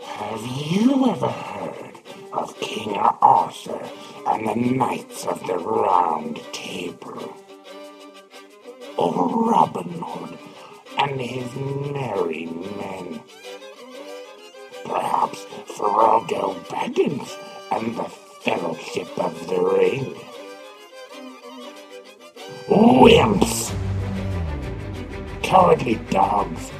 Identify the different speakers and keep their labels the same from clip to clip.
Speaker 1: Have you ever heard of King Arthur and the Knights of the Round Table? Or Robin Hood and his merry men? Perhaps Frodo Baggins and the Fellowship of the Ring? Wimps! Cowardly dogs!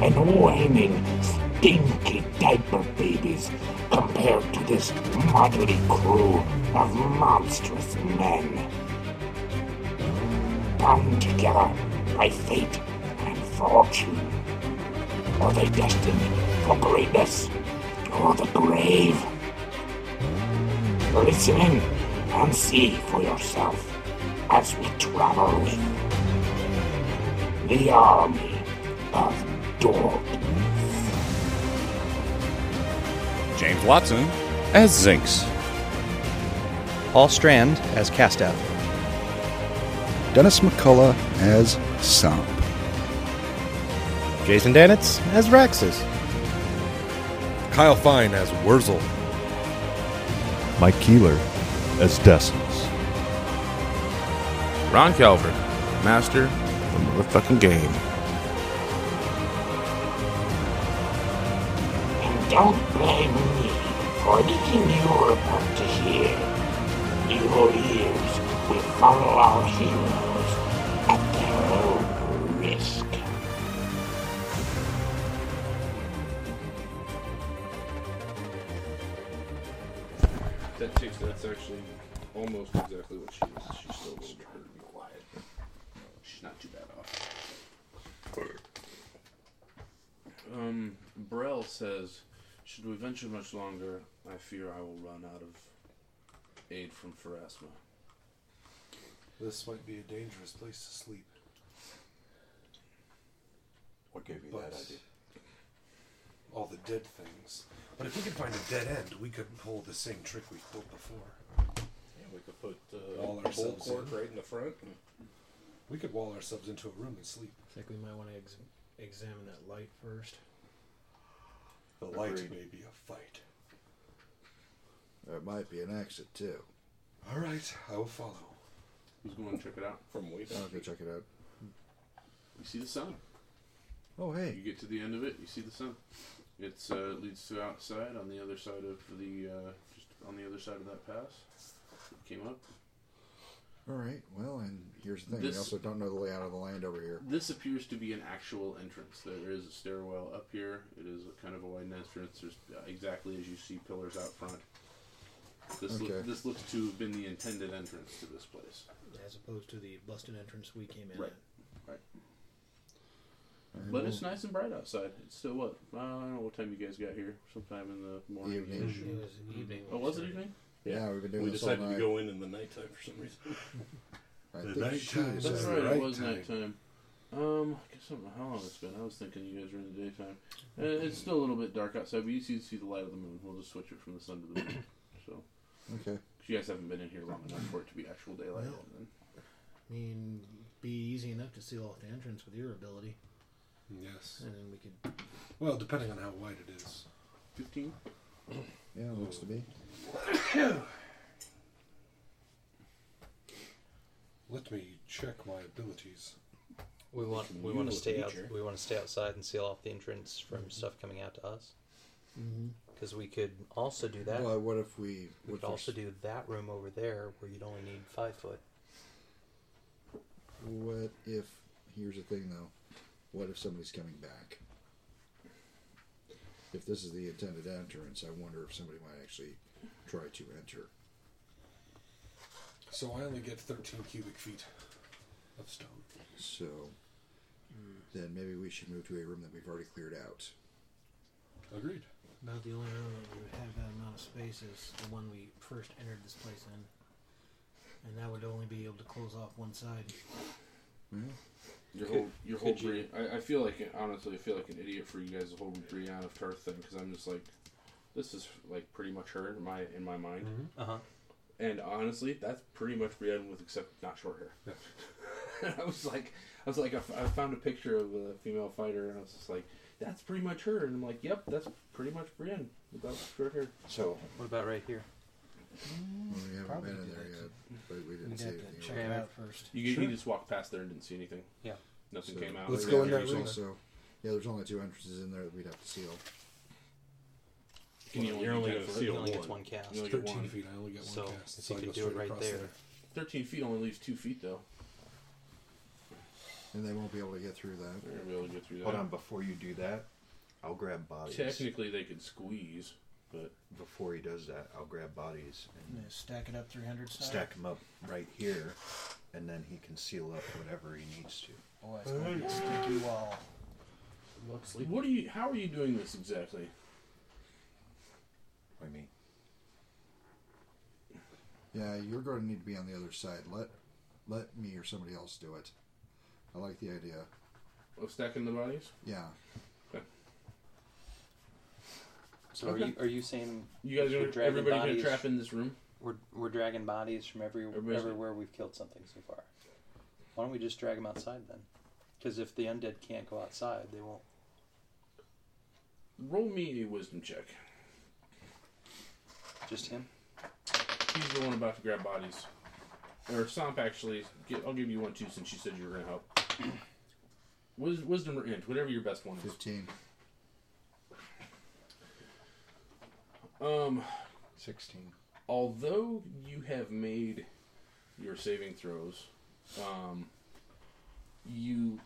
Speaker 1: and whining, stinky diaper babies compared to this motley crew of monstrous men. Bound together by fate and fortune. Are they destined for greatness or the grave? Listen in and see for yourself as we travel with the army of dogs.
Speaker 2: James Watson as Zinx.
Speaker 3: Paul Strand as Castow.
Speaker 4: Dennis McCullough as Sop.
Speaker 5: Jason Danitz as Raxus.
Speaker 6: Kyle Fine as Wurzel.
Speaker 7: Mike Keeler as Destins.
Speaker 2: Ron Calvert, master of the motherfucking game.
Speaker 1: And don't blame me for anything you're about to hear. Your ears will follow our heroes at their own risk.
Speaker 8: That takes, that's actually almost exactly what she is. She's still a little bit hurt and quiet. uh, She's not too bad off. Um, Brell says, Should we venture much longer, I fear I will run out of aid from Pharasma.
Speaker 6: This might be a dangerous place to sleep.
Speaker 9: What gave you
Speaker 6: But
Speaker 9: that idea?
Speaker 6: all the dead things. But if we could find a dead end, we could pull the same trick we pulled before.
Speaker 8: Yeah, we could put uh,
Speaker 6: All
Speaker 8: the whole
Speaker 6: ourselves
Speaker 8: cork
Speaker 6: in.
Speaker 8: right in the front.
Speaker 6: We could wall ourselves into a room and sleep.
Speaker 10: I think we might want to ex- examine that light first.
Speaker 6: The light
Speaker 9: Agreed.
Speaker 6: may be a fight.
Speaker 4: There might be an exit too.
Speaker 6: All right, I will follow.
Speaker 8: Who's going to check it out from way back?
Speaker 4: I'll go check it out.
Speaker 8: You see the sun.
Speaker 4: Oh
Speaker 8: You
Speaker 4: hey,
Speaker 8: get to the end of it, you see the sun. It's uh, it leads to outside on the other side of the uh, just on the other side of that pass. Came up.
Speaker 4: all right. Well, and here's the thing: we
Speaker 8: This-
Speaker 4: also don't know the layout of the land over here.
Speaker 8: This appears to be an actual entrance. There is a stairwell up here. It is a kind of a wide entrance. There's uh, exactly as you see pillars out front. This loo-
Speaker 4: Okay.
Speaker 8: this looks to have been the intended entrance to this place.
Speaker 10: As opposed to the busted entrance we came in
Speaker 8: Right.
Speaker 10: at.
Speaker 8: Right. But it's nice and bright outside. It's still what? I don't know what time you guys got here. Sometime in the morning.
Speaker 4: Evening.
Speaker 10: It was an evening.
Speaker 8: Oh, was it evening?
Speaker 4: Yeah, we've been doing
Speaker 5: We
Speaker 4: this all
Speaker 5: decided to
Speaker 4: night.
Speaker 5: go in in the nighttime for some reason.
Speaker 4: I
Speaker 5: the
Speaker 4: think
Speaker 5: night
Speaker 4: she
Speaker 5: time.
Speaker 4: was
Speaker 8: That's
Speaker 4: at
Speaker 8: right,
Speaker 4: the
Speaker 8: it was nighttime. Um, I guess I don't know how long it's been. I was thinking you guys were in the daytime. Uh, it's still a little bit dark outside, but you see, see the light of the moon. We'll just switch it from the sun to the moon. So, 'cause
Speaker 4: Okay.
Speaker 8: you guys haven't been in here long enough for it to be actual daylight.
Speaker 10: No.
Speaker 8: yet, then.
Speaker 10: I mean, be easy enough to seal off the entrance with your ability,
Speaker 6: Yes.
Speaker 10: and then we could.
Speaker 6: Well, depending on how wide it is.
Speaker 8: 15?
Speaker 4: Yeah, it looks to be.
Speaker 6: Let me check my abilities.
Speaker 3: We want we want to
Speaker 8: use
Speaker 3: stay out
Speaker 8: nature.
Speaker 3: we want to stay outside and seal off the entrance from stuff coming out to us.
Speaker 10: Mm-hmm.
Speaker 3: Because we could also do that.
Speaker 4: Well, what if we?
Speaker 3: we
Speaker 4: What
Speaker 3: could also do that room over there where you'd only need five foot.
Speaker 4: What if? Here's the thing, though. What if somebody's coming back? If this is the intended entrance, I wonder if somebody might actually try to enter.
Speaker 6: So I only get 13 cubic feet of stone.
Speaker 4: So then maybe we should move to a room that we've already cleared out.
Speaker 9: Agreed.
Speaker 10: About the only room that we would have that amount of space is the one we first entered this place in. And that would only be able to close off one side.
Speaker 8: Your
Speaker 10: Could-
Speaker 8: whole, your whole
Speaker 10: could you-
Speaker 8: Bri- I, I feel like, honestly, I feel like an idiot for you guys. The whole Brianna of Tarth thing, because I'm just like, this is like pretty much her in my in my mind.
Speaker 3: Uh huh.
Speaker 8: And honestly, that's pretty much Brianna with except not short hair. I was like, I was like, I, f- I found a picture of a female fighter, and I was just like, that's pretty much her. And I'm like, yep, that's pretty much Brianna without short hair.
Speaker 4: So-
Speaker 3: What about right here?
Speaker 4: we haven't
Speaker 8: Probably
Speaker 4: been in
Speaker 8: do
Speaker 4: there
Speaker 8: that
Speaker 4: yet,
Speaker 8: too.
Speaker 4: but we didn't
Speaker 8: We'd
Speaker 4: see
Speaker 8: have to
Speaker 4: anything.
Speaker 8: check
Speaker 4: about
Speaker 8: it
Speaker 4: it.
Speaker 8: out first. You, you
Speaker 4: Sure.
Speaker 8: just walked past there and didn't see anything.
Speaker 3: Yeah.
Speaker 8: Nothing
Speaker 4: So-
Speaker 8: came out.
Speaker 4: Let's
Speaker 8: Yeah,
Speaker 4: go in that
Speaker 8: there's
Speaker 4: room.
Speaker 8: also-
Speaker 4: Also, yeah, there's only two entrances in there that we'd have to seal.
Speaker 8: Can you only- You're only gonna
Speaker 3: He
Speaker 8: seal
Speaker 3: only
Speaker 8: one.
Speaker 3: gets one cast.
Speaker 8: You only get 13 one. feet,
Speaker 9: I only get one
Speaker 3: so
Speaker 9: cast.
Speaker 3: if
Speaker 9: So
Speaker 3: you
Speaker 9: I
Speaker 3: can
Speaker 9: go
Speaker 3: do it
Speaker 9: straight
Speaker 3: right
Speaker 9: across
Speaker 3: there,
Speaker 9: there.
Speaker 8: Thirteen feet only leaves two feet though.
Speaker 4: And they won't be able to get through that.
Speaker 8: They're gonna be able to get through that.
Speaker 11: Hold on, before you do that, I'll grab bodies.
Speaker 8: Technically, they could squeeze, but
Speaker 11: before he does that, I'll grab bodies and
Speaker 10: And then stack it up 300 style.
Speaker 11: stack them up right here, and then he can seal up whatever he needs to.
Speaker 10: Boy, it's going to be a stinky wall.
Speaker 8: What are you? How are you doing this exactly?
Speaker 11: I mean,
Speaker 4: Yeah, you're going to need to be on the other side. Let let me or somebody else do it. I like the idea.
Speaker 8: Of Oh, stacking the bodies?
Speaker 4: Yeah.
Speaker 3: So are
Speaker 8: Okay.
Speaker 3: you are you saying
Speaker 8: You guys are-
Speaker 3: we're dragging
Speaker 8: everybody gonna
Speaker 3: bodies-
Speaker 8: trap in this room?
Speaker 3: We're we're dragging bodies from every
Speaker 8: Everybody's-
Speaker 3: everywhere we've killed something so far. Why don't we just drag them outside then? Because if the undead can't go outside, they won't.
Speaker 8: Roll me a wisdom check.
Speaker 3: Just him.
Speaker 8: He's the one about to grab bodies. Or Stomp actually. Get, I'll give you one too, since you said you were gonna help. Wis- wisdom or int, whatever your best one is.
Speaker 4: Fifteen.
Speaker 8: Um,
Speaker 11: 16.
Speaker 8: Although you have made your saving throws, um, you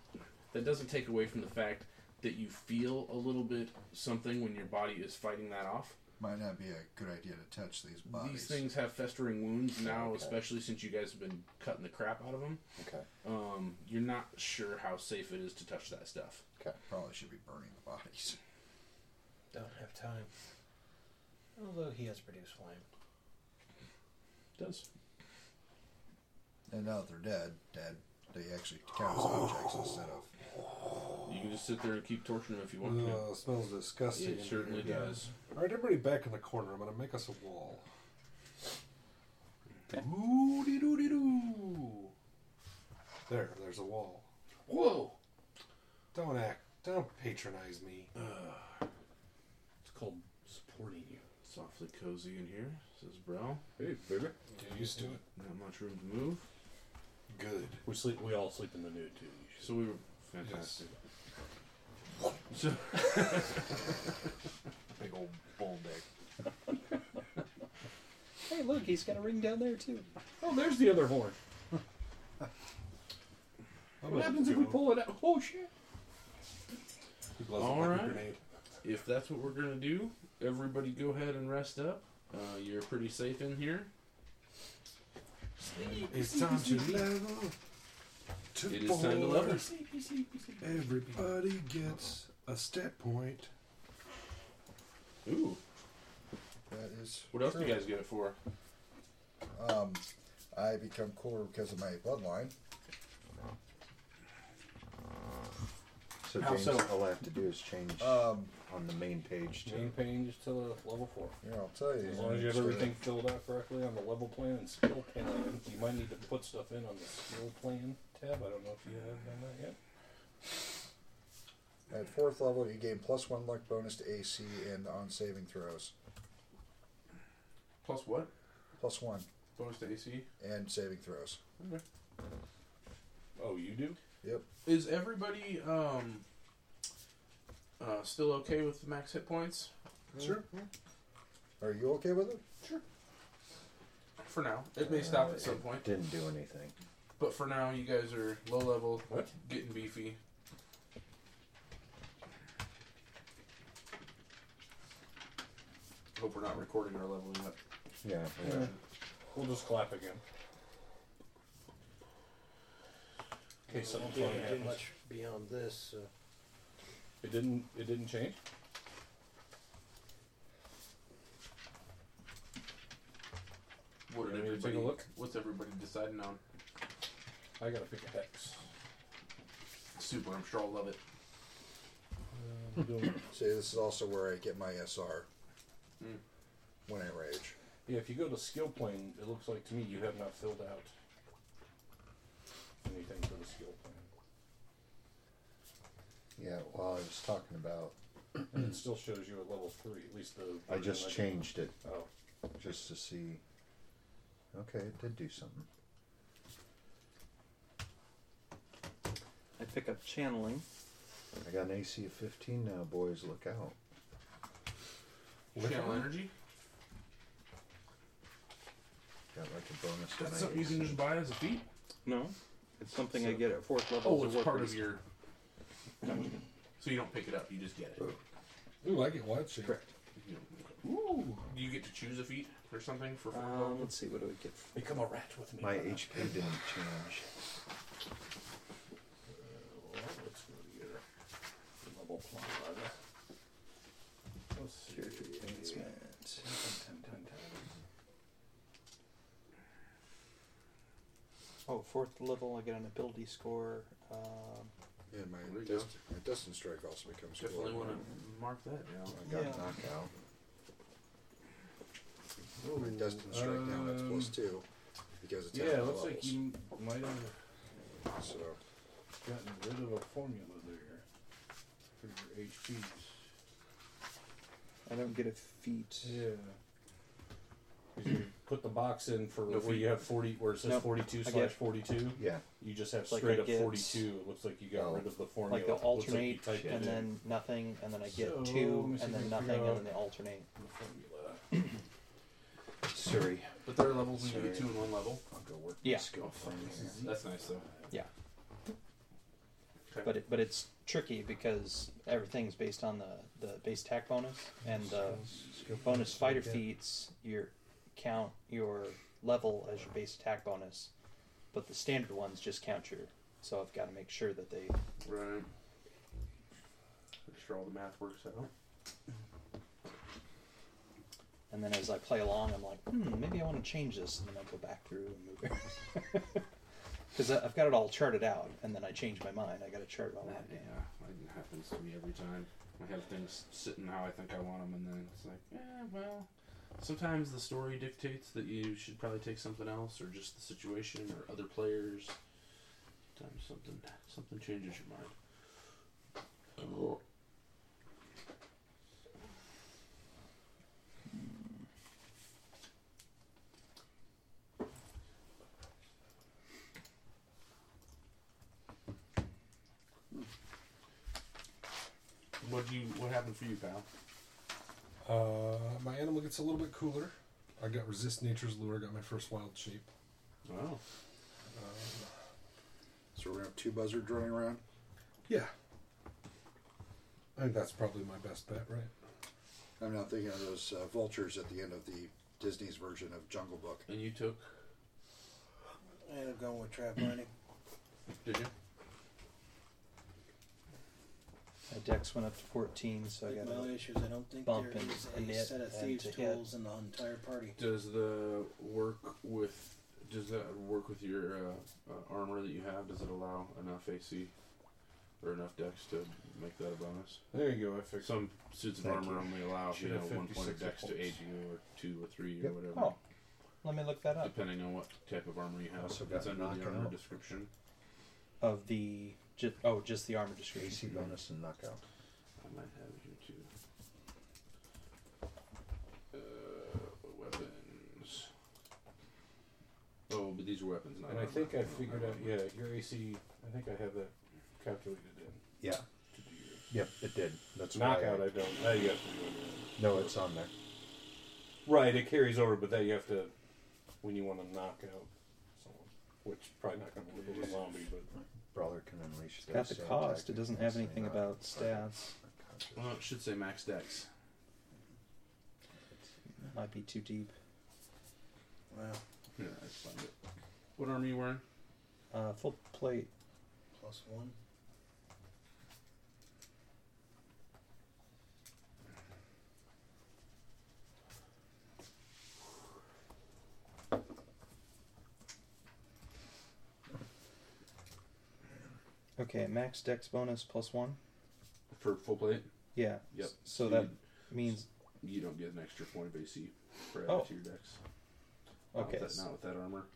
Speaker 8: that doesn't take away from the fact that you feel a little bit something when your body is fighting that off.
Speaker 4: Might not be a good idea to touch these bodies.
Speaker 8: These things have festering wounds now,
Speaker 4: Okay.
Speaker 8: especially since you guys have been cutting the crap out of them.
Speaker 11: Okay.
Speaker 8: Um, you're not sure how safe it is to touch that stuff.
Speaker 11: Okay.
Speaker 4: Probably should be burning the bodies.
Speaker 10: Don't have time. Although he has produced flame.
Speaker 8: Does.
Speaker 4: And now that they're dead, dead, they actually count as objects instead of.
Speaker 8: You can just sit there and keep torturing them if you want
Speaker 9: Oh,
Speaker 8: to.
Speaker 9: it smells disgusting.
Speaker 8: It certainly does.
Speaker 9: All right, everybody back in the corner. I'm going to make us a wall.
Speaker 3: Okay.
Speaker 9: Doo-dee-doo-dee-doo. There, there's a wall.
Speaker 8: Whoa!
Speaker 9: Don't act. Don't patronize me.
Speaker 8: It's called supporting you. Softly cozy in here, says Brow. Hey, baby.
Speaker 9: Get used to it.
Speaker 8: Not much room to move.
Speaker 9: Good.
Speaker 8: We sleep. We all sleep in the nude too. So we were fantastic. So
Speaker 11: big old bull dick.
Speaker 3: Hey, look, he's got a ring down there too.
Speaker 9: Oh, there's the other horn.
Speaker 8: what happens if we pull it out? Oh shit!
Speaker 9: blows up like a
Speaker 8: Alright.
Speaker 9: grenade.
Speaker 8: If that's what we're gonna do, everybody go ahead and rest up. Uh, you're pretty safe in here.
Speaker 9: It's time to level. To
Speaker 8: It is time to level.
Speaker 9: Sleepy, sleepy, sleepy. Everybody gets a stat point.
Speaker 8: Ooh.
Speaker 4: That is.
Speaker 8: What else do
Speaker 4: true.
Speaker 8: you guys get it for?
Speaker 4: Um, I become core because of my bloodline.
Speaker 11: So
Speaker 4: How
Speaker 11: James,
Speaker 4: so?
Speaker 11: all I have to do is change
Speaker 4: Um,
Speaker 11: on the main page to
Speaker 9: Main page to the level four.
Speaker 4: Yeah, I'll tell you.
Speaker 9: As long as you have everything filled out correctly on the level plan and skill plan, you might need to put stuff in on the skill plan tab. I don't know if you have done that yet.
Speaker 4: At fourth level, you gain plus one luck bonus to AC and on saving throws.
Speaker 8: Plus what?
Speaker 4: Plus one.
Speaker 8: Bonus to AC.
Speaker 4: And saving throws.
Speaker 8: Okay. Oh, you do.
Speaker 4: Yep.
Speaker 8: Is everybody um uh, still okay with max hit points?
Speaker 4: Sure. Are you okay with it?
Speaker 8: Sure. For now, it may stop at some point.
Speaker 11: Didn't do anything.
Speaker 8: But for now, you guys are low level, getting beefy. Hope we're not recording our leveling up.
Speaker 11: Yeah.
Speaker 9: We'll just clap again. case
Speaker 12: I
Speaker 9: something
Speaker 12: won't be able
Speaker 9: funny
Speaker 12: to do
Speaker 9: happens.
Speaker 12: much beyond this. So.
Speaker 9: It didn't. It didn't change.
Speaker 8: What
Speaker 9: You
Speaker 8: did
Speaker 9: want me to take a
Speaker 8: everybody
Speaker 9: look?
Speaker 8: What's everybody deciding on?
Speaker 9: I gotta pick a hex.
Speaker 8: Super. I'm sure I'll love it.
Speaker 13: See, this is also where I get my SR when I rage.
Speaker 9: Yeah, if you go to skill plane, it looks like to me you have not filled out anything for the skill plane.
Speaker 4: Yeah, well, I was talking about.
Speaker 9: And it still shows you a level three, at least the.
Speaker 8: Oh,
Speaker 4: I
Speaker 9: version
Speaker 4: just
Speaker 9: did.
Speaker 4: changed it.
Speaker 9: Oh.
Speaker 4: Just to see. Okay, it did do something.
Speaker 3: I pick up channeling.
Speaker 4: I got an AC of 15 now, boys. Look out.
Speaker 8: Channel energy.
Speaker 4: Got like a bonus. to
Speaker 8: That's
Speaker 4: my
Speaker 8: something you can
Speaker 4: AC.
Speaker 8: just buy as a feat.
Speaker 3: No, it's something I get at fourth level.
Speaker 8: Oh,
Speaker 3: as a
Speaker 8: it's
Speaker 3: work
Speaker 8: part of
Speaker 3: priest.
Speaker 8: your. So you don't pick it up. You just get it.
Speaker 13: Ooh, I get wide shape.
Speaker 8: Correct. Ooh. Do you get to choose a feat or something for? Um, let's see. What do we get?
Speaker 9: Become a rat with
Speaker 4: My HP didn't change.
Speaker 9: Well, let's go to your level plot. Let's see. Character advancement.
Speaker 3: Oh, fourth level, I get an ability score. Um,
Speaker 13: And my,
Speaker 3: There you
Speaker 13: dist- my distance strike also becomes
Speaker 8: Definitely
Speaker 13: cool.
Speaker 8: want to mark that down.
Speaker 4: I got
Speaker 3: Yeah.
Speaker 4: knockout.
Speaker 13: My distance strike now that's plus two because it's half
Speaker 9: Yeah,
Speaker 13: the
Speaker 9: looks like
Speaker 13: levels.
Speaker 9: you might have
Speaker 13: So
Speaker 9: gotten rid of a formula there for your HPs.
Speaker 3: I don't get a feat.
Speaker 9: Yeah. You put the box in for
Speaker 3: No,
Speaker 9: if
Speaker 3: we-
Speaker 9: you have forty where it says
Speaker 3: Nope.
Speaker 9: forty two
Speaker 3: I
Speaker 9: slash
Speaker 3: get-
Speaker 9: forty two.
Speaker 4: Yeah.
Speaker 9: You just have
Speaker 3: Like, I
Speaker 9: straight up
Speaker 3: get-
Speaker 9: forty two. It looks like you got rid of the formula.
Speaker 3: Like the
Speaker 9: It looks like you
Speaker 3: alternate,
Speaker 9: typed it
Speaker 3: and
Speaker 9: in.
Speaker 3: then nothing, and then I get
Speaker 9: So, let
Speaker 3: two,
Speaker 9: me see if
Speaker 3: and
Speaker 9: I
Speaker 3: then
Speaker 9: can
Speaker 3: nothing,
Speaker 9: figure
Speaker 3: and
Speaker 9: out
Speaker 3: then they alternate.
Speaker 9: the formula.
Speaker 4: Sorry.
Speaker 8: But there are levels where you
Speaker 4: Sorry.
Speaker 8: get two in one level.
Speaker 4: I'll go work
Speaker 3: Yeah.
Speaker 4: my skill plane here.
Speaker 8: That's nice though.
Speaker 3: Yeah. But it, but it's tricky because everything's based on the, the base attack bonus and the bonus fighter feats. Your count your level as your base attack bonus, but the standard ones just count your. So I've got to make sure that they
Speaker 8: Right. Make sure all the math works out.
Speaker 3: And then as I play along, I'm like, hmm, maybe I want to change this. And then I go back through and move it. Because I've got it all charted out, and then I change my mind. I got to chart it all out.
Speaker 8: Yeah, that happens to me every time. I have things sitting how I think I want them, and then it's like, eh, well. Sometimes the story dictates that you should probably take something else, or just the situation, or other players. Sometimes something something changes your mind. Oh. What do you? What happened for you, pal?
Speaker 14: Uh, my animal gets a little bit cooler. I got resist nature's lure. I got my first wild shape.
Speaker 8: Wow.
Speaker 13: so we're gonna have two buzzards running around.
Speaker 14: Yeah. I think that's probably my best bet, right?
Speaker 13: I'm now thinking of those uh, vultures at the end of the Disney's version of Jungle Book.
Speaker 8: And you took?
Speaker 12: I ended up going with trap mining.
Speaker 8: Did you?
Speaker 3: My dex went up to 14, so I
Speaker 12: Like
Speaker 3: got
Speaker 12: my only
Speaker 3: to
Speaker 12: issue is I don't think there
Speaker 3: bump and
Speaker 12: is a
Speaker 3: commit
Speaker 12: set of
Speaker 3: and
Speaker 12: thieves'
Speaker 3: to hit.
Speaker 12: tools in the entire party.
Speaker 8: Does the work with does that work with your uh, uh, armor that you have? Does it allow enough AC or enough Dex to make that a bonus?
Speaker 9: There you go, I figured.
Speaker 8: Some suits of
Speaker 9: Thank
Speaker 8: armor
Speaker 9: you.
Speaker 8: only allow
Speaker 9: Should
Speaker 8: you know
Speaker 9: have
Speaker 8: one point of
Speaker 9: 56
Speaker 8: Dex to
Speaker 9: points.
Speaker 8: aid you, or two, or three,
Speaker 9: Yep.
Speaker 8: or whatever.
Speaker 3: Oh, let me look that up.
Speaker 8: Depending on what type of armor you have,
Speaker 4: Also
Speaker 8: it's
Speaker 4: got
Speaker 8: under the
Speaker 4: knockout.
Speaker 8: armor description.
Speaker 3: Of the. Ju- oh, just the armor description.
Speaker 4: AC bonus and knockout.
Speaker 8: I might have it here too. Uh, weapons. Oh, but these are weapons, not
Speaker 9: And I
Speaker 8: armor.
Speaker 9: think I
Speaker 8: Not
Speaker 9: figured out
Speaker 8: armor.
Speaker 9: yeah, your AC I think I have that calculated in.
Speaker 4: Yeah. Yep, it did. That's why
Speaker 9: Knockout
Speaker 4: I-
Speaker 9: I don't that you have to do it.
Speaker 4: No, it's on there.
Speaker 9: Right, it carries over, but that you have to when you want to knock out someone. Which probably not gonna work with a zombie, but
Speaker 4: Brawler can unleash.
Speaker 3: Got the
Speaker 4: those, uh,
Speaker 3: cost. It
Speaker 4: tactics
Speaker 3: doesn't have
Speaker 4: and
Speaker 3: anything
Speaker 4: not-
Speaker 3: about stats.
Speaker 8: Well, it should say max Dex.
Speaker 3: Might be too deep.
Speaker 12: Wow.
Speaker 8: Yeah, I found it. What armor are you wearing?
Speaker 3: Uh, full plate.
Speaker 4: Plus one.
Speaker 3: Okay, max dex bonus plus one.
Speaker 8: For full plate?
Speaker 3: Yeah.
Speaker 8: Yep.
Speaker 3: s- So that
Speaker 8: You-
Speaker 3: means
Speaker 8: you don't get an extra point of AC for added
Speaker 3: Oh.
Speaker 8: to your dex.
Speaker 3: Okay,
Speaker 8: Not with,
Speaker 3: so-
Speaker 8: that, not with that armor.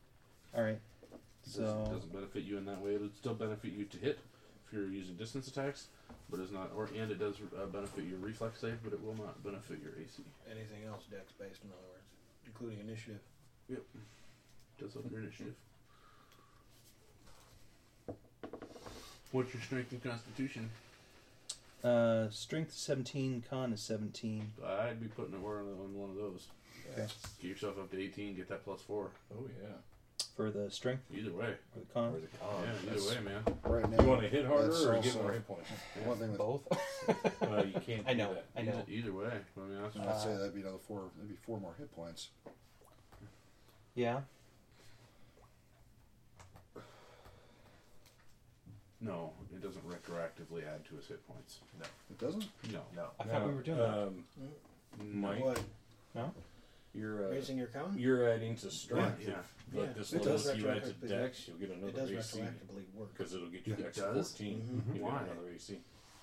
Speaker 3: all right.
Speaker 8: It doesn't,
Speaker 3: So
Speaker 8: doesn't benefit you in that way. It'll still benefit you to hit if you're using distance attacks, but it's not. Or and it does uh, benefit your reflex save, but it will not benefit your AC.
Speaker 4: Anything else dex based, in other words, including initiative.
Speaker 8: Yep. Does up your initiative. What's your strength and constitution?
Speaker 3: uh, strength is seventeen, con is seventeen.
Speaker 8: I'd be putting it where on, on one of those.
Speaker 3: Okay.
Speaker 8: Get yourself up to 18, get that plus 4.
Speaker 15: Oh yeah.
Speaker 3: For the strength
Speaker 8: Either way.
Speaker 3: or the con.
Speaker 4: Oh,
Speaker 8: yeah, either way, man.
Speaker 16: Right now,
Speaker 15: You want to hit harder
Speaker 16: that's
Speaker 15: or
Speaker 16: also
Speaker 15: get more hit points?
Speaker 16: One thing with both.
Speaker 15: Uh, you can't.
Speaker 3: I know.
Speaker 15: Do that.
Speaker 3: I know.
Speaker 8: Either, either way. I mean, that's,
Speaker 16: I'd say that'd be another four. That'd be four more hit points.
Speaker 3: Yeah.
Speaker 8: no, it doesn't retroactively add to his hit points. No.
Speaker 16: It doesn't.
Speaker 8: No.
Speaker 1: No.
Speaker 3: I thought we were doing
Speaker 12: Uh,
Speaker 3: that.
Speaker 15: um, Mike,
Speaker 4: What?
Speaker 3: No.
Speaker 15: you're uh,
Speaker 4: Raising your count?
Speaker 15: You're adding to strength.
Speaker 8: Yeah, yeah.
Speaker 15: If, like
Speaker 4: Yeah,
Speaker 15: this
Speaker 4: it
Speaker 15: level,
Speaker 4: does
Speaker 15: if you add to
Speaker 4: retroactively-
Speaker 15: Dex, you'll get another
Speaker 4: it does
Speaker 15: AC
Speaker 4: retroactively work.
Speaker 15: because it'll get you
Speaker 9: Yeah.
Speaker 15: Dex
Speaker 8: It does?
Speaker 15: 14.
Speaker 8: Mhm.
Speaker 15: You'll
Speaker 8: Why?
Speaker 15: get another AC.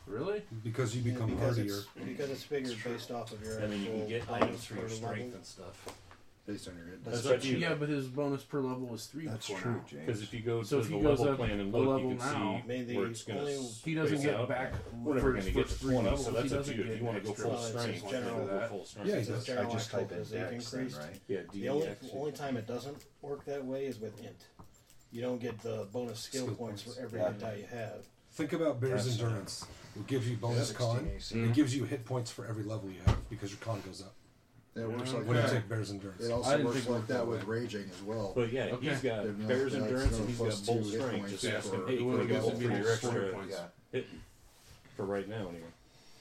Speaker 8: Really?
Speaker 9: Because you
Speaker 4: Yeah,
Speaker 9: become
Speaker 4: because
Speaker 9: hardier.
Speaker 4: It's, because it's figured based off of your
Speaker 15: And then you can
Speaker 4: actual
Speaker 15: get items
Speaker 4: bonus
Speaker 15: for your
Speaker 4: level.
Speaker 15: strength and stuff.
Speaker 16: Based on your hit.
Speaker 15: That's
Speaker 16: points.
Speaker 15: what you-
Speaker 8: Yeah, but his bonus per level was 3
Speaker 16: That's
Speaker 8: before
Speaker 16: true,
Speaker 8: now.
Speaker 16: James.
Speaker 15: Because if you go
Speaker 8: So
Speaker 15: to
Speaker 8: if
Speaker 15: the
Speaker 8: he goes
Speaker 15: level
Speaker 8: up
Speaker 15: plan and
Speaker 8: a
Speaker 15: look,
Speaker 8: level
Speaker 15: you can
Speaker 8: now,
Speaker 15: see
Speaker 4: Maybe
Speaker 15: where it's going
Speaker 4: only-
Speaker 15: to.
Speaker 8: He doesn't
Speaker 15: space
Speaker 8: get
Speaker 15: out.
Speaker 8: back
Speaker 15: We're never
Speaker 8: for-
Speaker 15: going to
Speaker 8: for
Speaker 15: get to
Speaker 8: three,
Speaker 15: 20,
Speaker 8: so
Speaker 15: so
Speaker 8: he
Speaker 15: that's up to
Speaker 8: doesn't
Speaker 15: you. If
Speaker 8: get
Speaker 15: you want to go
Speaker 8: extra
Speaker 15: full
Speaker 4: points.
Speaker 15: strength,
Speaker 4: It's
Speaker 15: you can
Speaker 4: general-
Speaker 15: go full strength.
Speaker 9: Yeah, he
Speaker 4: It's a
Speaker 9: does.
Speaker 4: general
Speaker 1: I just
Speaker 4: actual,
Speaker 1: type in
Speaker 4: because they've
Speaker 1: Dex then,
Speaker 4: increased.
Speaker 1: right?
Speaker 15: Yeah, E
Speaker 4: The only,
Speaker 15: DDX.
Speaker 4: the only time it doesn't work that way is with int. You don't get the bonus skill,
Speaker 9: Skill
Speaker 4: points,
Speaker 9: points.
Speaker 4: for every
Speaker 1: Yeah.
Speaker 4: hit die you have.
Speaker 9: Think about Bear's
Speaker 16: Yes.
Speaker 9: Endurance. It gives you bonus
Speaker 16: 16
Speaker 9: con.
Speaker 16: AC.
Speaker 9: It gives you hit points for every level you have because your con goes up.
Speaker 16: It works like
Speaker 9: When you
Speaker 16: that.
Speaker 9: take Bear's Endurance.
Speaker 16: It
Speaker 8: I
Speaker 16: also
Speaker 8: didn't
Speaker 16: works
Speaker 8: think it
Speaker 16: like
Speaker 8: worked
Speaker 16: that
Speaker 8: that
Speaker 16: with
Speaker 8: way.
Speaker 16: raging as well.
Speaker 15: But yeah,
Speaker 8: Okay.
Speaker 15: he's got
Speaker 16: They've now-
Speaker 15: bear's
Speaker 16: that's
Speaker 15: endurance and
Speaker 16: another
Speaker 15: he's
Speaker 16: plus
Speaker 15: got bull
Speaker 16: two hit
Speaker 15: strength.
Speaker 16: points
Speaker 15: Just ask him,
Speaker 16: for-
Speaker 15: hey,
Speaker 8: It would
Speaker 15: can I
Speaker 8: have
Speaker 15: get
Speaker 8: given
Speaker 15: some
Speaker 8: me
Speaker 15: for your
Speaker 8: more
Speaker 15: extra
Speaker 8: strength points.
Speaker 1: Yeah.
Speaker 15: hitting? For right now, anyway.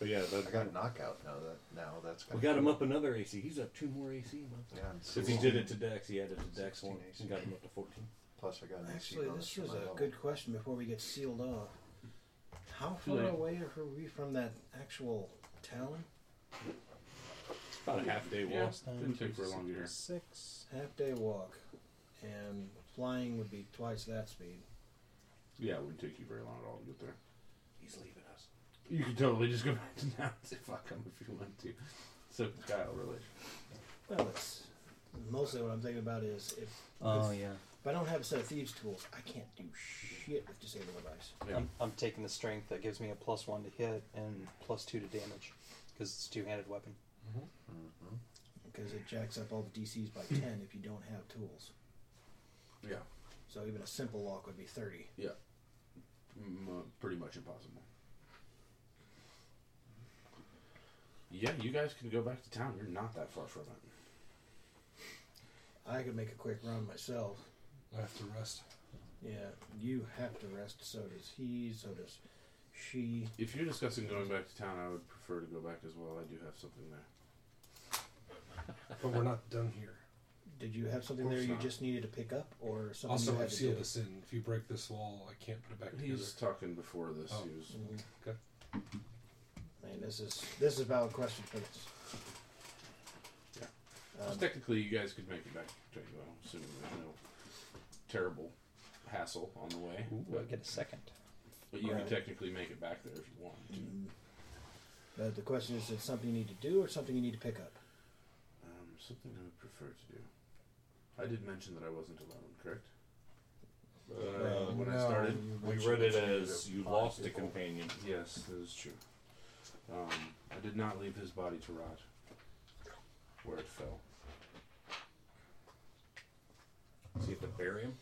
Speaker 15: But yeah,
Speaker 1: I
Speaker 15: that,
Speaker 1: got a knockout now. That now that's
Speaker 15: we
Speaker 1: gonna
Speaker 15: got him up another AC. He's up two more AC.
Speaker 1: Yeah, it's
Speaker 15: Because he
Speaker 1: cool.
Speaker 15: did it to Dex, he added to Dex
Speaker 1: 16
Speaker 15: one
Speaker 1: AC.
Speaker 15: and got him up to 14.
Speaker 1: Plus, I got an AC
Speaker 4: Actually,
Speaker 1: bonus
Speaker 4: this
Speaker 1: for
Speaker 4: was
Speaker 1: my level.
Speaker 4: a good question before we get sealed off. How
Speaker 8: Too
Speaker 4: far
Speaker 8: late.
Speaker 4: away are we from that actual town?
Speaker 15: It's about a half day walk.
Speaker 8: Yeah, didn't take very long here.
Speaker 4: Six. Half day walk. And flying would be twice that speed.
Speaker 8: Yeah, it wouldn't take you very long at all to get there.
Speaker 15: He's leaving us.
Speaker 8: You could totally just go back to now and say, fuck him if you want to. So, Kyle, really.
Speaker 4: Well, it's mostly what I'm thinking about is if,
Speaker 3: Oh
Speaker 4: if,
Speaker 3: yeah.
Speaker 4: if I don't have a set of thieves tools, I can't do shit with disabled device.
Speaker 8: Yeah.
Speaker 3: I'm, I'm taking the strength that gives me a plus one to hit and plus two to damage because it's a two-handed weapon.
Speaker 4: because it jacks up all the DCs by 10 if you don't have tools.
Speaker 8: Yeah.
Speaker 4: So even a simple lock would be 30.
Speaker 8: Yeah. Mm, uh, pretty much impossible. Yeah, you guys can go back to town. You're not that far from it.
Speaker 4: I could make a quick run myself.
Speaker 9: I have to rest.
Speaker 4: Yeah, you have to rest. So does he. So does she.
Speaker 8: If you're discussing going back to town, I would prefer to go back as well. I do have something there.
Speaker 9: But we're not done here.
Speaker 4: Did you have something
Speaker 8: Of
Speaker 4: there
Speaker 8: course
Speaker 4: you
Speaker 8: not.
Speaker 4: just needed to pick up, or something you
Speaker 9: Also,
Speaker 4: had
Speaker 9: I've
Speaker 4: to
Speaker 9: sealed
Speaker 4: do?
Speaker 9: this in. If you break this wall, I can't put it back together.
Speaker 8: He's um, talking before this.
Speaker 9: Oh.
Speaker 8: He was
Speaker 4: Mhm.
Speaker 9: Okay.
Speaker 4: Man, this is this is a valid question for this.
Speaker 8: Yeah.
Speaker 4: Um,
Speaker 8: technically, you guys could make it back to town. Well, assuming there's no terrible hassle on the way.
Speaker 3: Do I
Speaker 8: but,
Speaker 3: get a second?
Speaker 8: but you
Speaker 4: Right.
Speaker 8: can technically make it back there if you want to.
Speaker 4: but the question is, is it something you need to do or something you need to pick up?
Speaker 8: Um, something I would prefer to do. I did mention that I wasn't alone, correct? Uh, when I
Speaker 16: no.
Speaker 8: started?
Speaker 15: We read it as you lost a companion.
Speaker 8: Yes, that is true. Um, I did not leave his body to rot where it fell.
Speaker 15: So you have to bury him?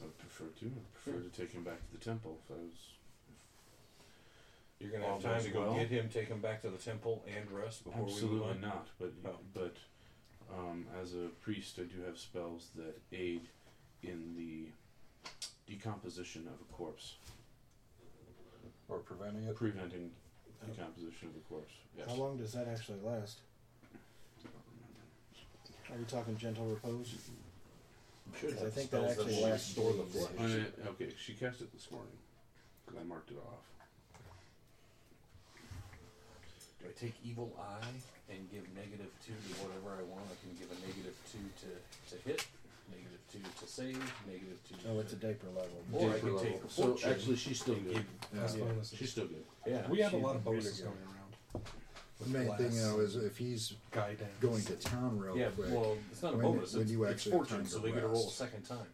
Speaker 8: I would prefer to. I prefer to take him back to the temple if I was.
Speaker 15: You're going to have
Speaker 8: All
Speaker 15: time
Speaker 8: goes
Speaker 15: to go
Speaker 8: well.
Speaker 15: get him, take him back to the temple, and rest before we move
Speaker 8: Absolutely
Speaker 15: on.
Speaker 8: not. But
Speaker 15: Oh.
Speaker 8: but um, as a priest, I do have spells that aid in the decomposition of a corpse,
Speaker 16: Or preventing it.
Speaker 8: preventing decomposition of the corpse. Yes.
Speaker 4: How long does that actually last? Are we talking gentle repose?
Speaker 15: Should
Speaker 4: I
Speaker 15: have
Speaker 4: think that
Speaker 15: spells
Speaker 4: actually
Speaker 15: will
Speaker 4: lasts
Speaker 15: restore the
Speaker 4: days.
Speaker 15: flesh.
Speaker 8: Uh, okay, she cast it this morning. because I marked it off.
Speaker 15: Do I take evil eye and give negative two to whatever I want? I can give a negative two to, to hit, negative two to save, negative two.
Speaker 9: Oh,
Speaker 15: to,
Speaker 9: it's a diaper level.
Speaker 15: Or I
Speaker 9: Diaper
Speaker 15: can
Speaker 9: level.
Speaker 15: take a
Speaker 9: So
Speaker 15: fortune
Speaker 9: actually, she's still
Speaker 15: and
Speaker 9: good.
Speaker 15: give-
Speaker 9: Yeah.
Speaker 15: Yeah.
Speaker 9: Yeah.
Speaker 17: She's still good.
Speaker 15: Yeah,
Speaker 9: We have a lot of
Speaker 15: bonuses
Speaker 9: bonuses going
Speaker 15: around.
Speaker 4: The main thing though is if he's
Speaker 15: Guidance.
Speaker 4: going to town real
Speaker 15: yeah,
Speaker 4: quick.
Speaker 15: well, it's not a
Speaker 4: when-
Speaker 15: bonus.
Speaker 4: when
Speaker 15: it's,
Speaker 4: you
Speaker 15: it's
Speaker 4: actually have
Speaker 15: fortune,
Speaker 4: time
Speaker 15: so
Speaker 4: to
Speaker 15: they get to roll a
Speaker 4: rest.
Speaker 15: second time.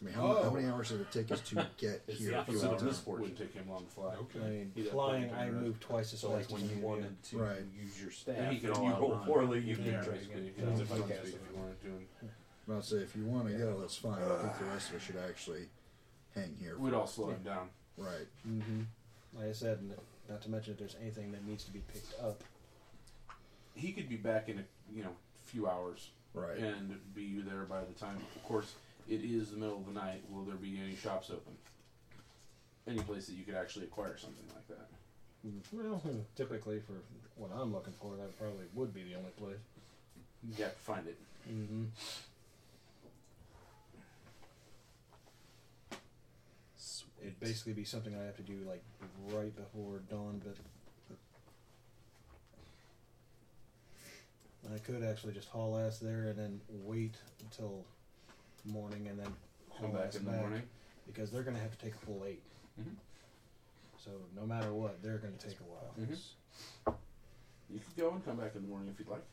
Speaker 4: I mean, how, how
Speaker 15: Oh.
Speaker 4: many hours did it take us to get
Speaker 15: It's
Speaker 4: here?
Speaker 15: the
Speaker 4: if you
Speaker 15: opposite
Speaker 4: are
Speaker 15: of
Speaker 4: on-
Speaker 15: misfortune.
Speaker 8: Wouldn't take him long to fly.
Speaker 15: Okay.
Speaker 9: I mean,
Speaker 15: He'd have
Speaker 9: flying,
Speaker 15: plenty
Speaker 9: I
Speaker 15: of rest.
Speaker 9: moved twice as
Speaker 15: So like
Speaker 9: fast
Speaker 15: when
Speaker 9: as
Speaker 15: you
Speaker 9: you
Speaker 15: wanted to
Speaker 4: Right.
Speaker 15: use your staff,
Speaker 8: Yeah, he could
Speaker 15: and
Speaker 8: all
Speaker 15: you roll
Speaker 8: outrun.
Speaker 15: poorly, you
Speaker 8: Yeah,
Speaker 15: can try
Speaker 8: basically,
Speaker 15: again.
Speaker 8: he does
Speaker 15: Yeah.
Speaker 8: it by
Speaker 15: Okay.
Speaker 8: cast if you weren't doing.
Speaker 4: Well, so if you want to go, that's fine. I think the rest of us should actually hang here.
Speaker 8: We'd
Speaker 4: for-
Speaker 8: all slow him down.
Speaker 4: Right.
Speaker 9: Mm-hmm. Like I said, n- not to mention if there's anything that needs to be picked up.
Speaker 8: He could be back in a you know few hours,
Speaker 4: Right.
Speaker 8: And be there by the time. Of course, it is the middle of the night. Will there be any shops open? Any place that you could actually acquire something like that?
Speaker 9: Well, typically for what I'm looking for, that probably would be the only place.
Speaker 8: You have to find it.
Speaker 9: Mm-hmm. It'd basically be something I have to do like right before dawn, but I could actually just haul ass there and then wait until morning and then
Speaker 8: Come
Speaker 9: haul
Speaker 8: back
Speaker 9: ass
Speaker 8: in the morning?
Speaker 9: because they're gonna have to take a full 8
Speaker 8: Mhm.
Speaker 9: So no matter what, they're gonna take a while.
Speaker 8: Mhm. You could go and come back in the morning if you'd like.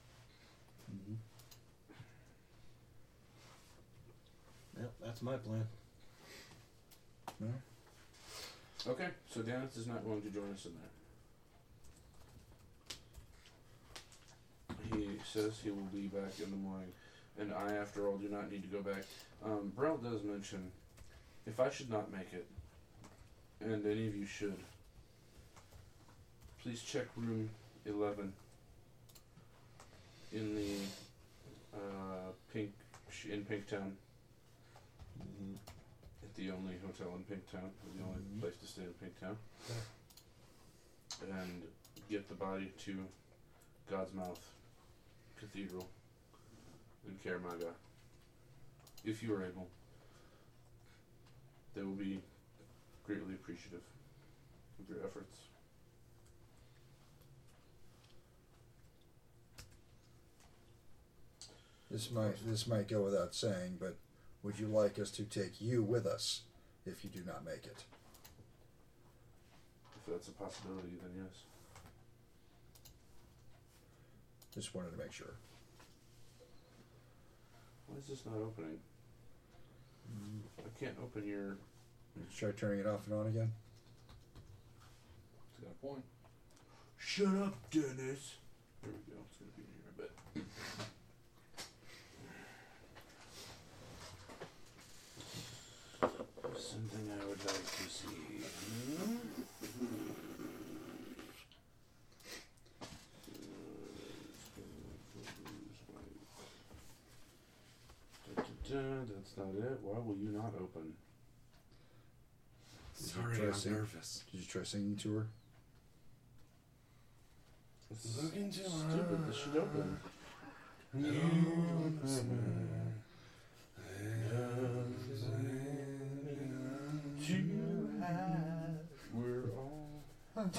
Speaker 9: Yep, that's my plan.
Speaker 8: Okay, so Dennis is not going to join us in there. He says he will be back in the morning, and I, after all, do not need to go back. Um, Brell does mention if I should not make it, and any of you should, please check room 11 in the uh, pink sh- in Pinktown. At the only hotel in Pinktown, or the only place to stay in Pinktown. And get the body to God's Mouth Cathedral in Karamaga. If you are able, they will be greatly appreciative of your efforts.
Speaker 4: This might this might go without saying, but would you like us to take you with us if you do not make it?
Speaker 8: If that's a possibility, then yes.
Speaker 4: Just wanted to make sure.
Speaker 8: Why is this not opening? I can't open your.
Speaker 4: Try turning it off and on again.
Speaker 8: It's got a point. Shut up, Dennis. There we go. It's gonna be in here a bit. Something I would like to see. Da-da-da, That's not it. Why will you not open?
Speaker 4: Did you
Speaker 8: Sorry,
Speaker 4: try
Speaker 8: I'm
Speaker 4: sing-
Speaker 8: nervous.
Speaker 4: Did you try singing to her?
Speaker 8: This is stupid. This should open. We're all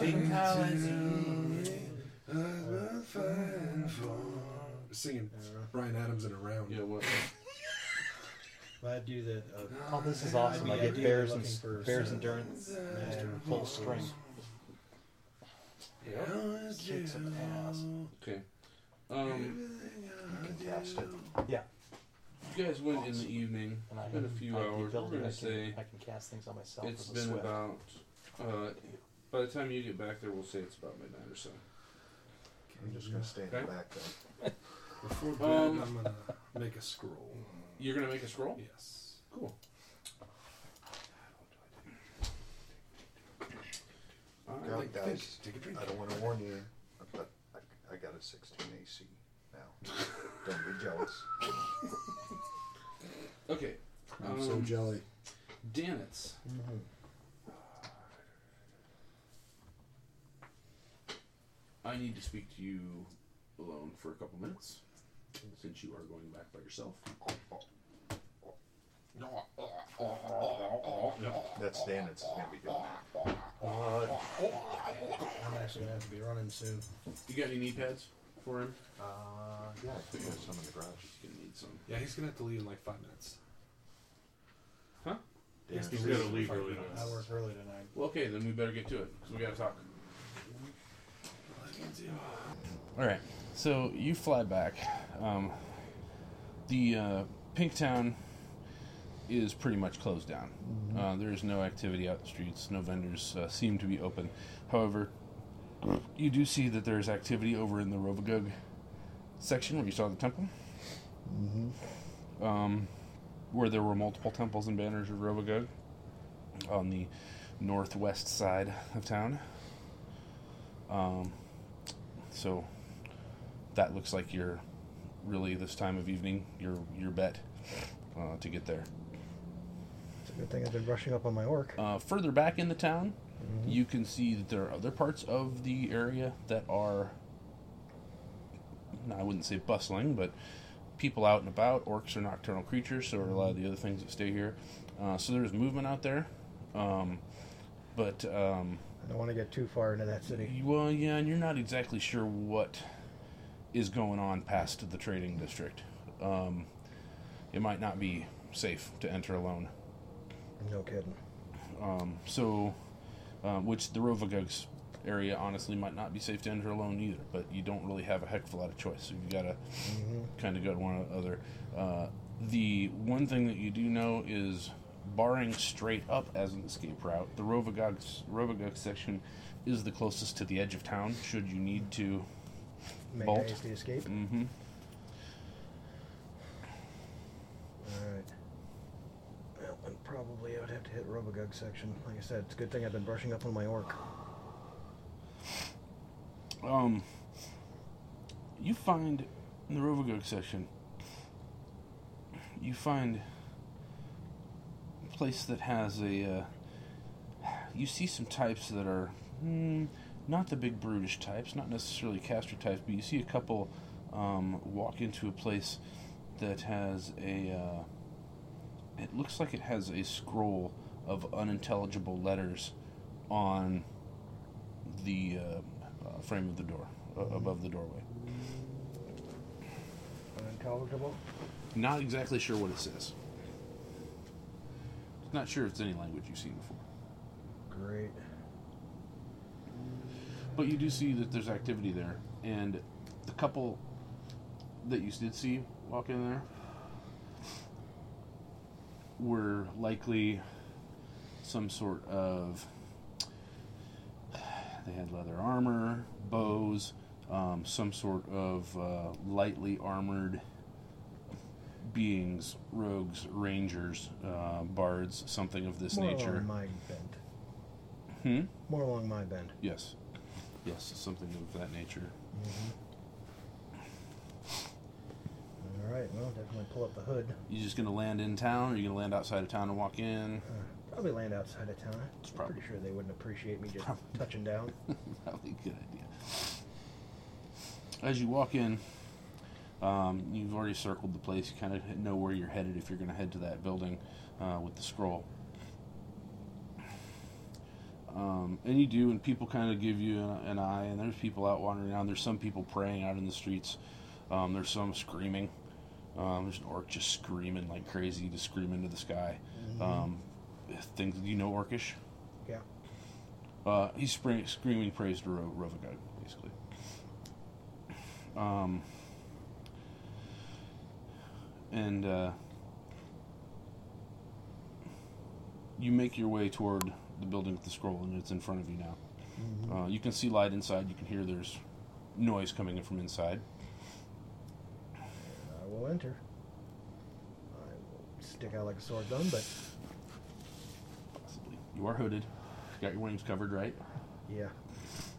Speaker 18: Singing Brian Adams in a round.
Speaker 8: Yeah, what?
Speaker 9: If I do that, uh,
Speaker 1: Oh, this is awesome. I
Speaker 9: I'd be
Speaker 1: get
Speaker 9: ideally
Speaker 1: bears
Speaker 9: looking
Speaker 1: and
Speaker 9: for
Speaker 1: bears
Speaker 9: some-
Speaker 1: endurance master
Speaker 9: Yeah.
Speaker 1: full strength.
Speaker 9: Kicks of ass.
Speaker 8: Okay. Um,
Speaker 9: Fantastic.
Speaker 1: Yeah.
Speaker 8: you guys went in the evening.
Speaker 1: And I
Speaker 8: It's been a
Speaker 1: can-
Speaker 8: few
Speaker 1: I can
Speaker 8: hours. We're
Speaker 1: build it, I
Speaker 8: gonna
Speaker 1: can-
Speaker 8: say
Speaker 1: I can cast things on myself
Speaker 8: It's
Speaker 1: with a
Speaker 8: been
Speaker 1: swift.
Speaker 8: about. Uh, by the time you get back there, we'll say it's about midnight or so.
Speaker 19: I'm just gonna stay in the
Speaker 8: Okay.
Speaker 19: back then.
Speaker 18: Before bed,
Speaker 8: Um,
Speaker 18: I'm gonna make a scroll.
Speaker 8: You're gonna make a scroll.
Speaker 18: Yes.
Speaker 8: Cool. I
Speaker 19: God,
Speaker 18: like
Speaker 19: guys,
Speaker 18: this. Take a drink.
Speaker 19: I don't want to warn you, but I, I got a 16 AC now. don't be jealous.
Speaker 8: Okay. Um,
Speaker 4: I'm so jelly.
Speaker 8: Danitz. I need to speak to you alone for a couple minutes, since you are going back by yourself.
Speaker 11: That's standards. It's gonna be good.
Speaker 20: I'm actually gonna have to be running soon.
Speaker 15: You got any knee pads for him?
Speaker 11: Uh, yeah, I think there's some in the garage.
Speaker 15: He's gonna need some.
Speaker 5: Yeah, he's gonna have to leave in like five minutes.
Speaker 15: Huh?
Speaker 5: Yeah,
Speaker 15: he's
Speaker 5: he's
Speaker 15: gotta leave
Speaker 5: five
Speaker 15: early
Speaker 5: minutes.
Speaker 15: tonight.
Speaker 5: I work
Speaker 20: early tonight.
Speaker 15: Well, okay, then we better get to it because we gotta talk.
Speaker 8: All right. So you fly back. Um, the uh, Pink Town is pretty much closed down.
Speaker 20: Mm-hmm.
Speaker 8: Uh, there is no activity out in the streets. No vendors uh, seem to be open. However, you do see that there is activity over in the Rovagog section where you saw the temple. Mm-hmm. Um, where there were multiple temples and banners of Rovagog on the northwest side of town. Um, so that looks like your really this time of evening your your bet uh, to get there.
Speaker 21: It's a good thing I've been brushing up on my orc. Mm-hmm.
Speaker 8: Uh, further back in the town, you can see that there are other parts of the area that are, I wouldn't say bustling, but people out and about. Orcs are nocturnal creatures, so are a lot of the other things that stay here. Uh, so there's movement out there, um, but um,
Speaker 21: I don't want to get too far into that city.
Speaker 8: well, yeah, and you're not exactly sure what is going on past the trading district. Um, it might not be safe to enter alone.
Speaker 21: No kidding.
Speaker 8: Um, so, um, which the Rovagugs area honestly might not be safe to enter alone either, but you don't really have a heck of a lot of choice. So you've got to
Speaker 21: Mhm.
Speaker 8: kind of go to one or the other. Uh, the one thing that you do know is barring straight up as an escape route, the Rovagugs, Rovagug section is the closest to the edge of town should you need to
Speaker 21: Make
Speaker 8: bolt.
Speaker 21: haste to escape.
Speaker 8: Mm-hmm.
Speaker 21: All right. Well, and probably I would have to hit Robogug section. Like I said, it's a good thing I've been brushing up on my orc.
Speaker 8: Um, you find in the Rovagog section, you find a place that has a. Uh, you see some types that are mm, not the big brutish types, not necessarily caster types, but you see a couple um, walk into a place that has a. Uh, it looks like it has a scroll of unintelligible letters on the uh, uh, frame of the door, uh, above the doorway.
Speaker 21: Unintelligible.
Speaker 8: Not exactly sure what it says. Not sure if it's any language you've seen before.
Speaker 21: Great.
Speaker 8: But you do see that there's activity there, and the couple that you did see walk in there were likely some sort of. They had leather armor, bows, um, some sort of uh, lightly armored beings, rogues, rangers, uh, bards, something of this
Speaker 21: More
Speaker 8: nature.
Speaker 21: along my bend.
Speaker 8: Hmm?
Speaker 21: More along my bend.
Speaker 8: Yes. Yes, something of that nature.
Speaker 21: Mm-hmm. All right. Well, definitely pull up the hood.
Speaker 8: You just gonna land in town, or you gonna land outside of town and walk in?
Speaker 21: Probably land outside of town.
Speaker 8: It's
Speaker 21: I'm pretty sure they wouldn't appreciate me just touching down.
Speaker 8: Probably a good idea. As you walk in, um, you've already circled the place. You kind of know where you're headed if you're gonna head to that building uh, with the scroll. Um, and you do, and people kind of give you an, an eye. And there's people out wandering around. There's some people praying out in the streets. Um, there's some screaming. Um, there's an orc just screaming like crazy, just screaming to the sky.
Speaker 21: Mhm.
Speaker 8: Um, things you know, orcish.
Speaker 21: Yeah.
Speaker 8: Uh, he's spring, screaming praise to Ro- Rovagog, basically. Um, and uh, you make your way toward the building with the scroll, and it's in front of you now.
Speaker 21: Mhm.
Speaker 8: Uh, you can see light inside. You can hear there's noise coming in from inside.
Speaker 21: I will enter. I will stick out like a sore thumb, but
Speaker 8: Possibly. You are hooded. Got your wings covered, right?
Speaker 21: yeah,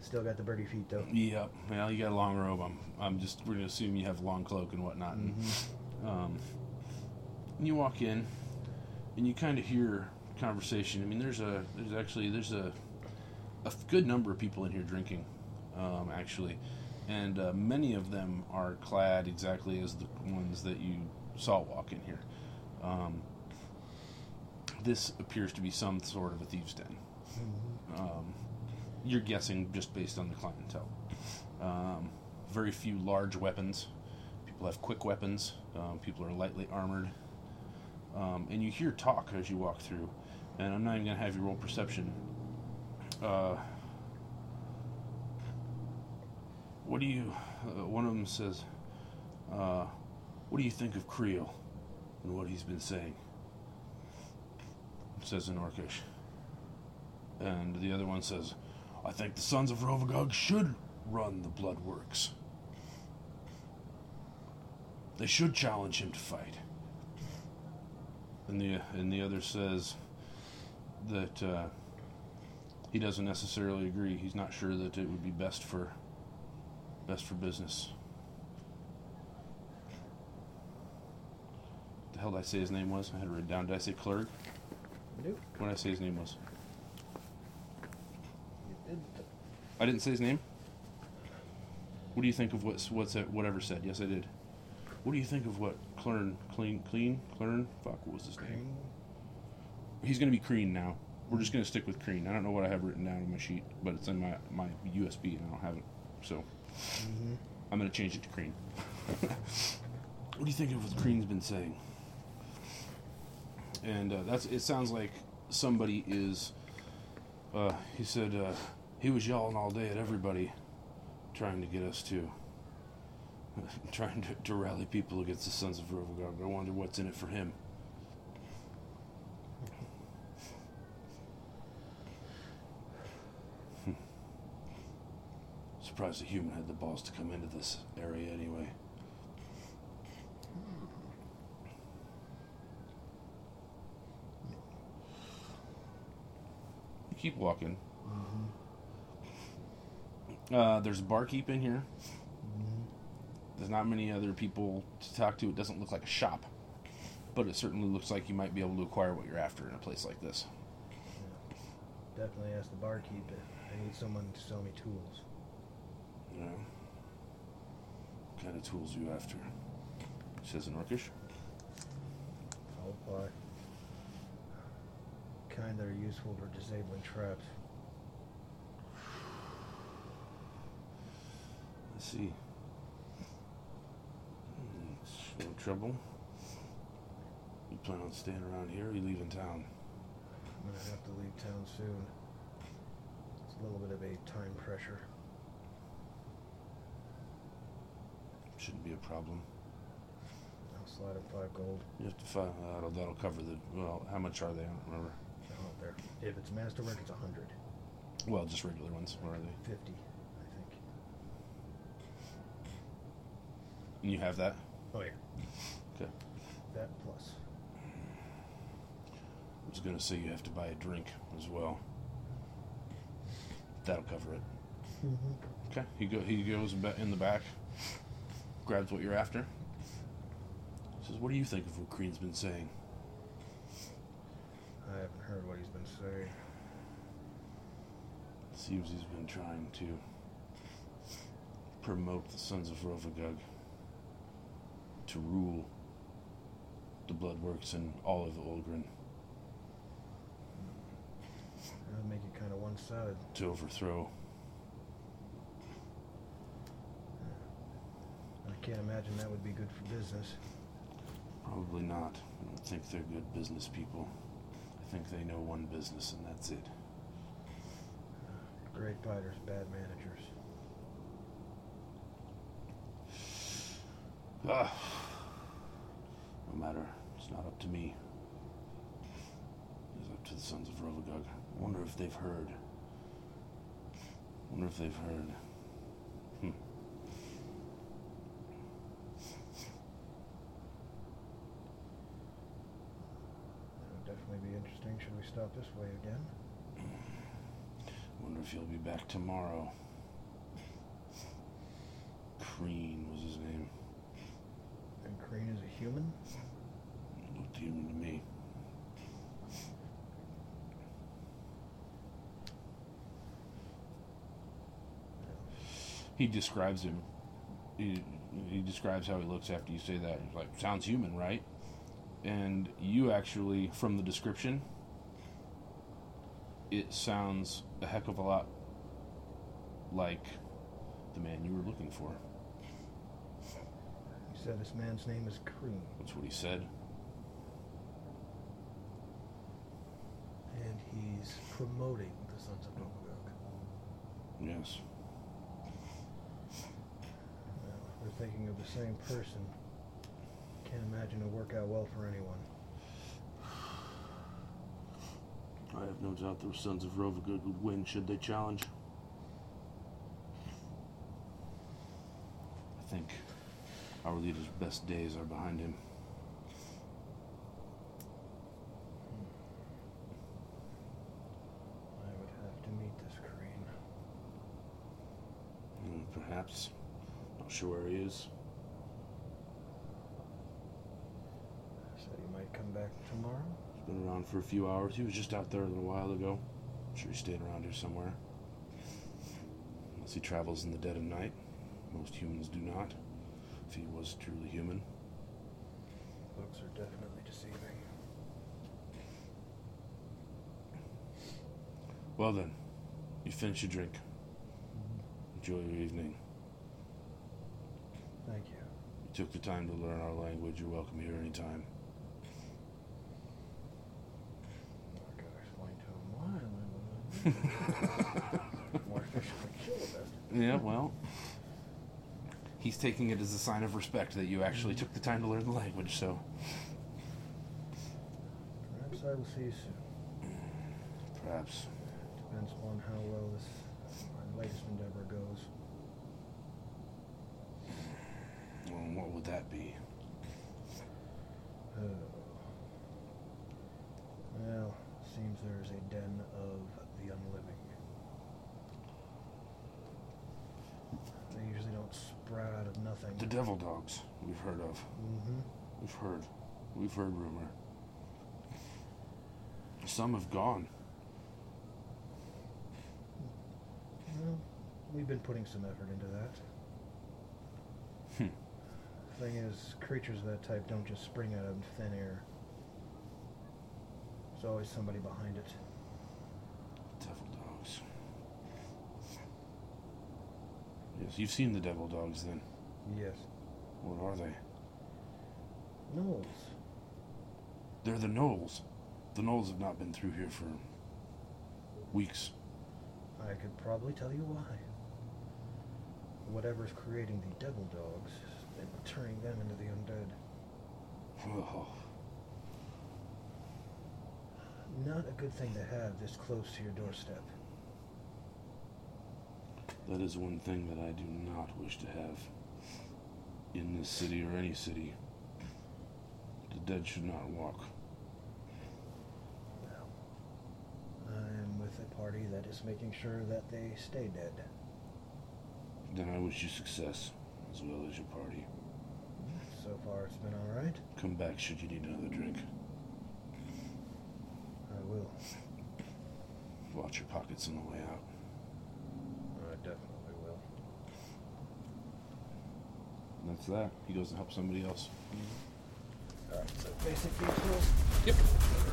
Speaker 21: still got the birdie feet though.
Speaker 8: Yep. Well, you got a long robe. I'm, I'm just, we're going to assume you have a long cloak and whatnot. And, um, and you walk in and you kind of hear conversation. I mean, there's a, there's actually, there's a, a f- good number of people in here drinking, um, actually. And uh, many of them are clad exactly as the ones that you saw walk in here. Um,
Speaker 15: this appears to be some sort of a thieves' den. Um, you're guessing just based on the clientele. Um, very few large weapons. People have quick weapons. Um, people are lightly armored. Um, and you hear talk as you walk through. And I'm not even going to have you roll perception. Uh, what do you. Uh, one of them says, uh, What do you think of Creel and what he's been saying? Says in Orcish. And the other one says, I think the Sons of Rovagog should run the Blood Works. They should challenge him to fight. And the and the other says that uh, he doesn't necessarily agree. He's not sure that it would be best for best for business. The hell did I say his name was? I had it written down. Did I say clerg?
Speaker 4: Nope.
Speaker 15: What did I say his name was? I didn't say his name. What do you think of what's what's that, whatever said? Yes, I did. What do you think of what Clurn clean clean Clurn? Fuck, what was his name? He's gonna be Crean now. We're just gonna stick with Crean. I don't know what I have written down on my sheet, but it's in my my USB and I don't have it, so I'm gonna change it to Crean. what do you think of what Crean's been saying? And uh, that's it. Sounds like somebody is. Uh, he said uh, he was yelling all day at everybody, trying to get us to trying to, to rally people against the Sons of Rovagog. I wonder what's in it for him. Hmm. Surprised a human had the balls to come into this area anyway. You keep walking. Uh, there's a barkeep in here. There's not many other people to talk to. It doesn't look like a shop, but it certainly looks like you might be able to acquire what you're after in a place like this.
Speaker 4: Definitely ask the barkeep if I need someone to sell me tools.
Speaker 15: You know, what kind of tools you after? Says in Orcish.
Speaker 4: I'll apply. Kind that are useful for disabling traps.
Speaker 15: Let's see. Hmm, it's No trouble. You plan on staying around here or you leaving town?
Speaker 4: I'm gonna have to leave town soon. It's a little bit of a time pressure.
Speaker 15: Shouldn't be a problem.
Speaker 4: I'll slide in five gold.
Speaker 15: You have to find that'll, that'll cover the well. How much are they? I don't remember.
Speaker 4: Out there. If it's masterwork, it's a hundred.
Speaker 15: Well, just regular ones. What are they?
Speaker 4: Fifty, I think.
Speaker 15: And you have that?
Speaker 4: Oh yeah.
Speaker 15: Okay.
Speaker 4: That plus.
Speaker 15: I was gonna say you have to buy a drink as well. That'll cover it.
Speaker 4: Mm-hmm.
Speaker 15: Okay. He go. He goes ba- in the back, grabs what you're after. Says, "What do you think of what Crean's been saying?"
Speaker 4: I haven't heard what he's been saying.
Speaker 15: Seems he's been trying to promote the Sons of Rovagug to rule the Bloodworks and all of Olgrin,
Speaker 4: That would make it kind of one-sided.
Speaker 15: to overthrow.
Speaker 4: I can't imagine that would be good for business.
Speaker 15: Probably not. I don't think they're good business people. I think they know one business and that's it.
Speaker 4: Great fighters, bad managers.
Speaker 15: Ah, no matter. It's not up to me. It's up to the sons of Rovagog. I wonder if they've heard. wonder if they've heard. Hmm.
Speaker 4: That would definitely be interesting. Should we stop this way again?
Speaker 15: Wonder if he'll be back tomorrow. Crean was his name.
Speaker 4: And Crane is a human?
Speaker 15: Looked human to me. He describes him. He, he describes how he looks after you say that. He's like, sounds human, right? and you actually, from the description, it sounds a heck of a lot like the man you were looking for.
Speaker 4: You said this man's name is Cream,
Speaker 15: That's what he said.
Speaker 4: and he's promoting the Sons of Nobugok.
Speaker 15: Yes.
Speaker 4: Well, if we're thinking of the same person. Can't imagine it'll work out well for anyone.
Speaker 15: I have no doubt the sons of Rovagud would win should they challenge. I think our leader's best days are behind him.
Speaker 4: I would have to meet this Crean.
Speaker 15: Hmm, Perhaps. Not sure where he is.
Speaker 4: Said he might come back tomorrow.
Speaker 15: He's been around for a few hours. He was just out there a little while ago. I'm sure he stayed around here somewhere. Unless he travels in the dead of night. Most humans do not. If he was truly human.
Speaker 4: Looks are definitely deceiving.
Speaker 15: Well then, you finish your drink. Enjoy your evening.
Speaker 4: Thank you.
Speaker 15: You took the time to learn our language. You're welcome here anytime.
Speaker 4: I gotta explain to him why I live More efficiently kill a bastard.
Speaker 15: Yeah, well, he's taking it as a sign of respect that you actually
Speaker 4: Mm-hmm.
Speaker 15: took the time to learn the language. So
Speaker 4: Perhaps I will see you soon.
Speaker 15: perhaps
Speaker 4: Depends upon how well this my latest endeavor goes.
Speaker 15: Well, and what would that be?
Speaker 4: Oh. Well, seems there is a den of the unliving. They usually don't sprout out of nothing.
Speaker 15: The devil dogs we've heard of.
Speaker 4: Mhm.
Speaker 15: We've heard. We've heard rumor. Some have gone.
Speaker 4: Well, we've been putting some effort into that.
Speaker 15: Hmm.
Speaker 4: Thing is, creatures of that type don't just spring out of thin air. There's always somebody behind it.
Speaker 15: Devil dogs. Yes, you've seen the devil dogs then.
Speaker 4: Yes.
Speaker 15: What are they?
Speaker 4: Knowles.
Speaker 15: They're the gnolls. The gnolls have not been through here for weeks.
Speaker 4: I could probably tell you why. Whatever's creating the devil dogs, they were turning them into the undead.
Speaker 15: Oh,
Speaker 4: Not a good thing to have this close to your doorstep.
Speaker 15: that is one thing that I do not wish to have in this city or any city. The dead should not walk.
Speaker 4: I'm with a party that is making sure that they stay dead.
Speaker 15: Then I wish you success, as well as your party.
Speaker 4: So far, it's been alright.
Speaker 15: Come back should you need another drink.
Speaker 4: I will.
Speaker 15: Watch your pockets on the way out.
Speaker 4: I definitely will.
Speaker 15: And that's that. He goes and helps somebody else.
Speaker 4: Alright, so basic details.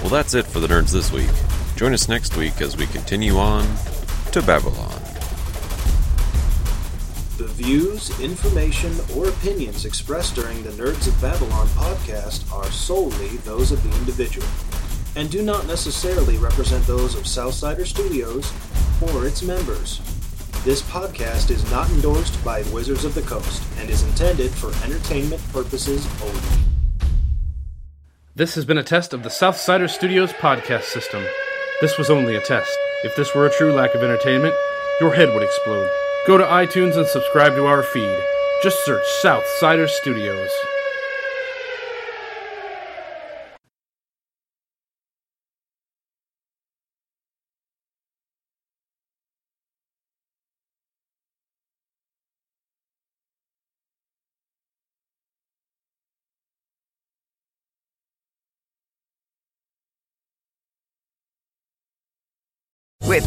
Speaker 22: Well, that's it for the nerds this week. Join us next week as we continue on to Babylon.
Speaker 3: The views, information, or opinions expressed during the Nerds of Babylon podcast are solely those of the individual and do not necessarily represent those of Southsider Studios or its members. This podcast is not endorsed by Wizards of the Coast and is intended for entertainment purposes only.
Speaker 8: This has been a test of the Southsider Studios podcast system. This was only a test. If this were a true lack of entertainment, your head would explode. Go to iTunes and subscribe to our feed. Just search Southsider Studios.
Speaker 23: With